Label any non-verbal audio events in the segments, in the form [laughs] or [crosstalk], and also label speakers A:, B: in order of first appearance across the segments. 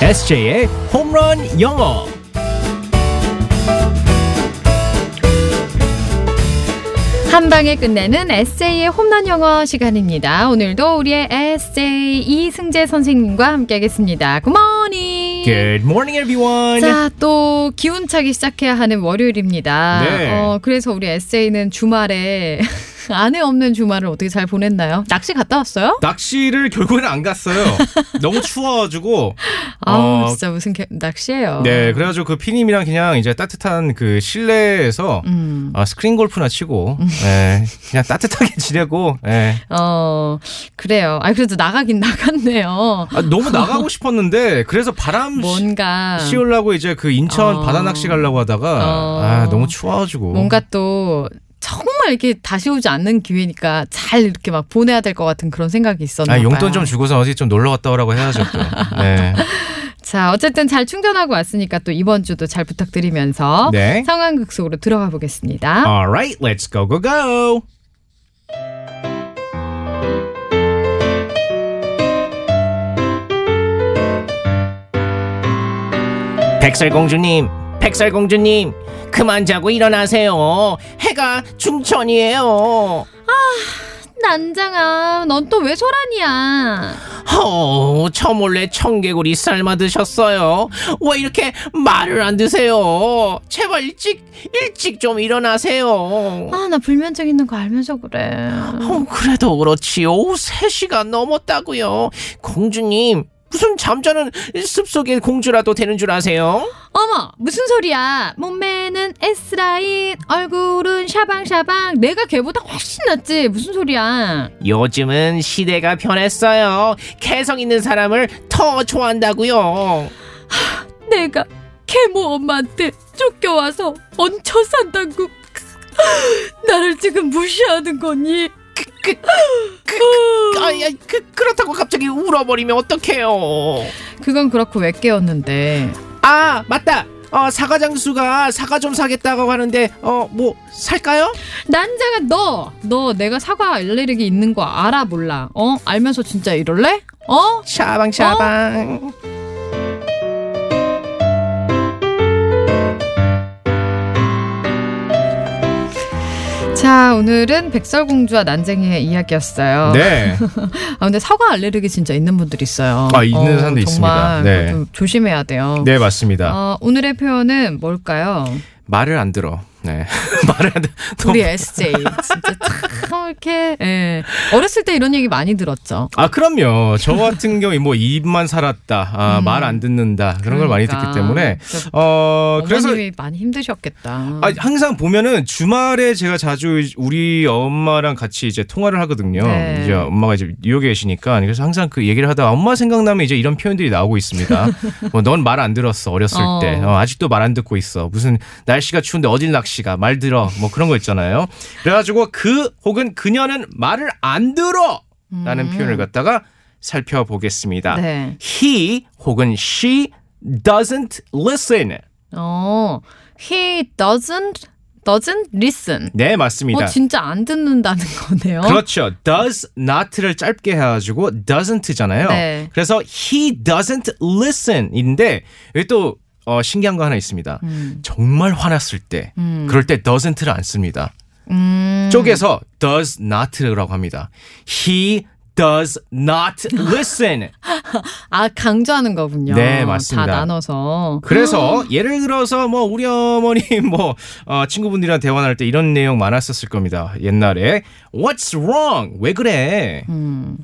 A: SJ의 홈런 영어.
B: 한 방에 끝내는 에세이의 홈런 영어 시간입니다. 오늘도 우리의 에세이 이승재 선생님과 함께하겠습니다. 굿모닝.
A: Good morning, everyone.
B: 자, 또 기운 차기 시작해야 하는 월요일입니다.
A: 네.
B: 어, 그래서 우리 에세이는 주말에 [laughs] 아내 없는 주말을 어떻게 잘 보냈나요? 낚시 갔다 왔어요?
C: 낚시를 결국에는 안
B: [laughs]
C: 갔어요. 너무 추워가지고.
B: 아우,
C: 어,
B: 진짜 무슨 개- 낚시예요.
C: 네, 그래가지고 그 피님이랑 그냥 이제 따뜻한 그 실내에서
B: 음.
C: 어, 스크린 골프나 치고, 예, 그냥 따뜻하게 지내고, 예.
B: 어, 그래요. 아, 그래도 나가긴 [laughs] 나갔네요.
C: 아, 너무 나가고 싶었는데, 그래서 바람 씌
B: 뭔가.
C: 씌우려고 이제 그 인천
B: 어.
C: 바다 낚시 가려고 하다가,
B: 어.
C: 아, 너무 추워가지고.
B: 뭔가 또 정말 이렇게 다시 오지 않는 기회니까 잘 이렇게 막 보내야 될 것 같은 그런 생각이 있었나
C: 아,
B: 봐요.
C: 용돈 좀 주고서 어디 좀 놀러 갔다 오라고 해야죠. 또. 네.
B: 자, 어쨌든 잘 충전하고 왔으니까 또 이번 주도 잘 부탁드리면서
C: 네. 아.
B: 상황극 속으로 들어가 보겠습니다.
C: Alright, let's go, go, go.
A: 백설공주님, 백설공주님, 그만 자고 일어나세요. 해가 중천이에요.
B: 난장아, 넌 또 왜 소란이야?
A: 어, 저 몰래 청개구리 삶아 드셨어요. 왜 이렇게 말을 안 드세요? 제발 일찍 일찍 좀 일어나세요.
B: 아, 나 불면증 있는 거 알면서 그래.
A: 어, 그래도 그렇지. 오후 3시가 넘었다고요. 공주님, 무슨 잠자는 숲속의 공주라도 되는 줄 아세요?
B: 어머, 무슨 소리야? 몸매는 S라인, 얼굴은 샤방샤방. 내가 걔보다 훨씬 낫지. 무슨 소리야?
A: 요즘은 시대가 변했어요. 개성 있는 사람을 더 좋아한다고요.
B: 내가 계모 엄마한테 쫓겨와서 얹혀 산다고 [laughs] 나를 지금 무시하는 거니?
A: 아야, 그, 그렇다고 갑자기 울어버리면 어떡해요?
B: 그건 그렇고 왜 깨웠는데
A: 아, 맞다. 어, 사과 장수가 사과 좀 사겠다고 하는데 어, 뭐 살까요?
B: 난자가 너너 내가 사과 알레르기 있는 거 알아 몰라 어 알면서 진짜 이럴래 어
A: 샤방샤방.
C: 어?
B: 자 오늘은 백설공주와 난쟁이의 이야기였어요
C: 네.
B: 아 근데 사과 알레르기 진짜 있는 분들 있어요
C: 아, 있는 사람도
B: 정말
C: 있습니다. 네.
B: 그거 좀 조심해야 돼요
C: 네, 맞습니다.
B: 어, 오늘의 표현은 뭘까요?
C: 말을 안 들어. 네. [laughs] 말을 안 들어.
B: 우리 SJ 진짜 참 이렇게 예. 어렸을 때 이런 얘기 많이 들었죠.
C: 아 그럼요. 저 같은 경우에 뭐 입만 살았다, 아,
B: 음.
C: 말 안 듣는다 그런 걸 많이
B: 그러니까.
C: 듣기 때문에
B: 진짜
C: 어 그래서
B: 어머님이 많이 힘드셨겠다.
C: 아, 항상 보면은 주말에 제가 자주 우리 엄마랑 같이 이제 통화를 하거든요.
B: 네.
C: 이제 엄마가 이제 뉴욕에 계시니까 그래서 항상 그 얘기를 하다 가 엄마 생각나면 이제 이런 표현들이 나오고
B: [laughs]
C: 있습니다. 뭐 넌 말 안 들었어 어렸을
B: 어.
C: 때 어, 아직도 말 안 듣고 있어 무슨 날씨가 추운데 어딜 낚시가 말 들어 뭐 그런 거 있잖아요. 그래가지고 그 혹은 그녀는 말을 안 들어 라는 표현을 갖다가 살펴보겠습니다.
B: 음. 네.
C: He 혹은 she doesn't listen.
B: 어, he doesn't doesn't listen.
C: 네, 맞습니다.
B: 어, 진짜 안 듣는다는 거네요.
C: 그렇죠. does not를 짧게 해가지고 doesn't잖아요.
B: 네.
C: 그래서 he doesn't listen인데 여기 또 어, 신기한 거 하나 있습니다.
B: 음.
C: 정말 화났을 때
B: 음.
C: 그럴 때 doesn't를 안 씁니다.
B: 음.
C: 쪽에서 does not라고 합니다. He does not listen.
B: [laughs] 아 강조하는 거군요.
C: 네, 맞습니다.
B: 다 나눠서.
C: 그래서 예를 들어서 뭐 우리 어머니 [laughs] 뭐 어, 친구분들이랑 대화할 때 이런 내용 많았었을 겁니다. 옛날에 What's wrong? 왜 그래?
B: 음.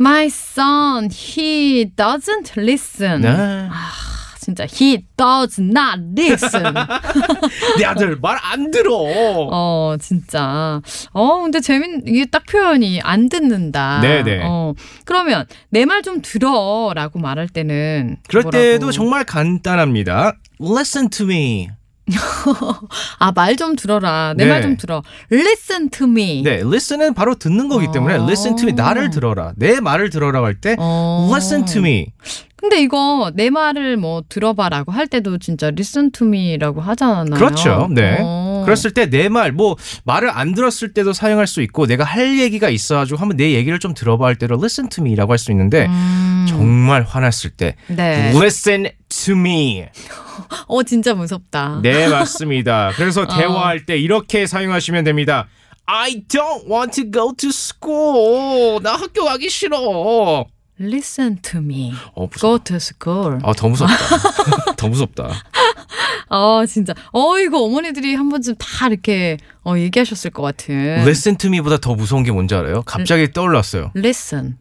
B: My son, he doesn't listen.
C: 네.
B: 아, 진짜 he does not listen.
C: 내 아들 말 안 들어.
B: 어, 진짜. 어, 근데 재밌, 이게 딱 표현이 안 듣는다.
C: 네네.
B: 어, 그러면 내 말 좀 들어 라고 말할 때는.
C: 그럴
B: 뭐라고?
C: 때도 정말 간단합니다. Listen to me.
B: 아, 말 좀 들어라. 내
C: 네.
B: 말 좀 들어. Listen to me.
C: 네, listen은 바로 듣는 거기 때문에
B: 어.
C: listen to me 나를 들어라. 내 말을 들어라고 할 때
B: 어.
C: listen to me.
B: 근데 이거 내 말을 뭐 들어봐라고 할 때도 진짜 listen to me라고 하잖아요.
C: 그렇죠. 네.
B: 어.
C: 그랬을 때 내 말 뭐 말을 안 들었을 때도 사용할 수 있고 내가 할 얘기가 있어 가지고 한번 내 얘기를 좀 들어봐 할 때로 listen to me라고 할 수 있는데 정말 화났을 때
B: 음. 네.
C: Listen to me.
B: 어 진짜 무섭다.
C: 네, 맞습니다. 그래서
B: 아.
C: 대화할 때 이렇게 사용하시면 됩니다.
A: I don't want to go to school. 나 학교 가기 싫어.
B: Listen to me.
C: 어, 무섭다.
B: Go to school.
C: 아, 더 무섭다. 더 무섭다.
B: 어 진짜. 어 이거 어머니들이 한 번쯤 다 이렇게 어 얘기하셨을 것 같은.
C: Listen to me보다 더 무서운 게 뭔지 알아요? 갑자기 떠올랐어요.
B: Listen.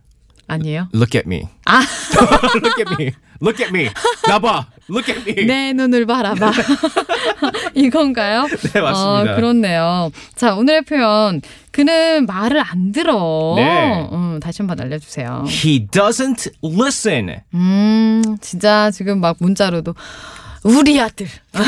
B: 아니에요?
C: Look at me.
B: 아.
C: [laughs] Look at me. Look at me. 나 봐. Look at me.
B: 내
C: [laughs]
B: 눈을 바라봐. 이건가요?
C: 네, 맞습니다.
B: 어, 그렇네요. 자, 오늘의 표현. 그는 말을 안 들어.
C: 네.
B: 음, 다시 한번 알려주세요.
C: He doesn't listen.
B: 음, 진짜 지금 막 문자로도 우리 아들 [laughs]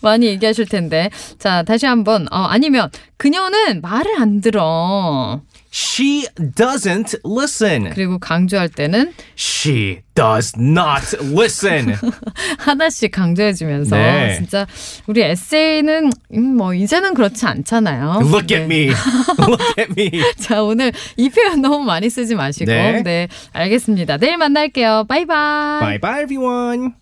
B: 많이 얘기하실 텐데. 자, 다시 한번. 어, 아니면 그녀는 말을 안 들어.
C: She doesn't listen.
B: 그리고 강조할 때는
C: She does not
A: [laughs]
C: listen.
B: [laughs] 하나씩 강조해주면서
C: 네.
B: 진짜 우리 에세이는 음, 뭐 이제는 그렇지 않잖아요.
C: Look
B: 네.
C: at
B: [laughs]
C: me. Look at me.
B: 자, 오늘 이 표현 너무 많이 쓰지 마시고.
C: 네.
B: 네. 알겠습니다. 내일 만날게요. 바이바이.
C: Bye bye, everyone.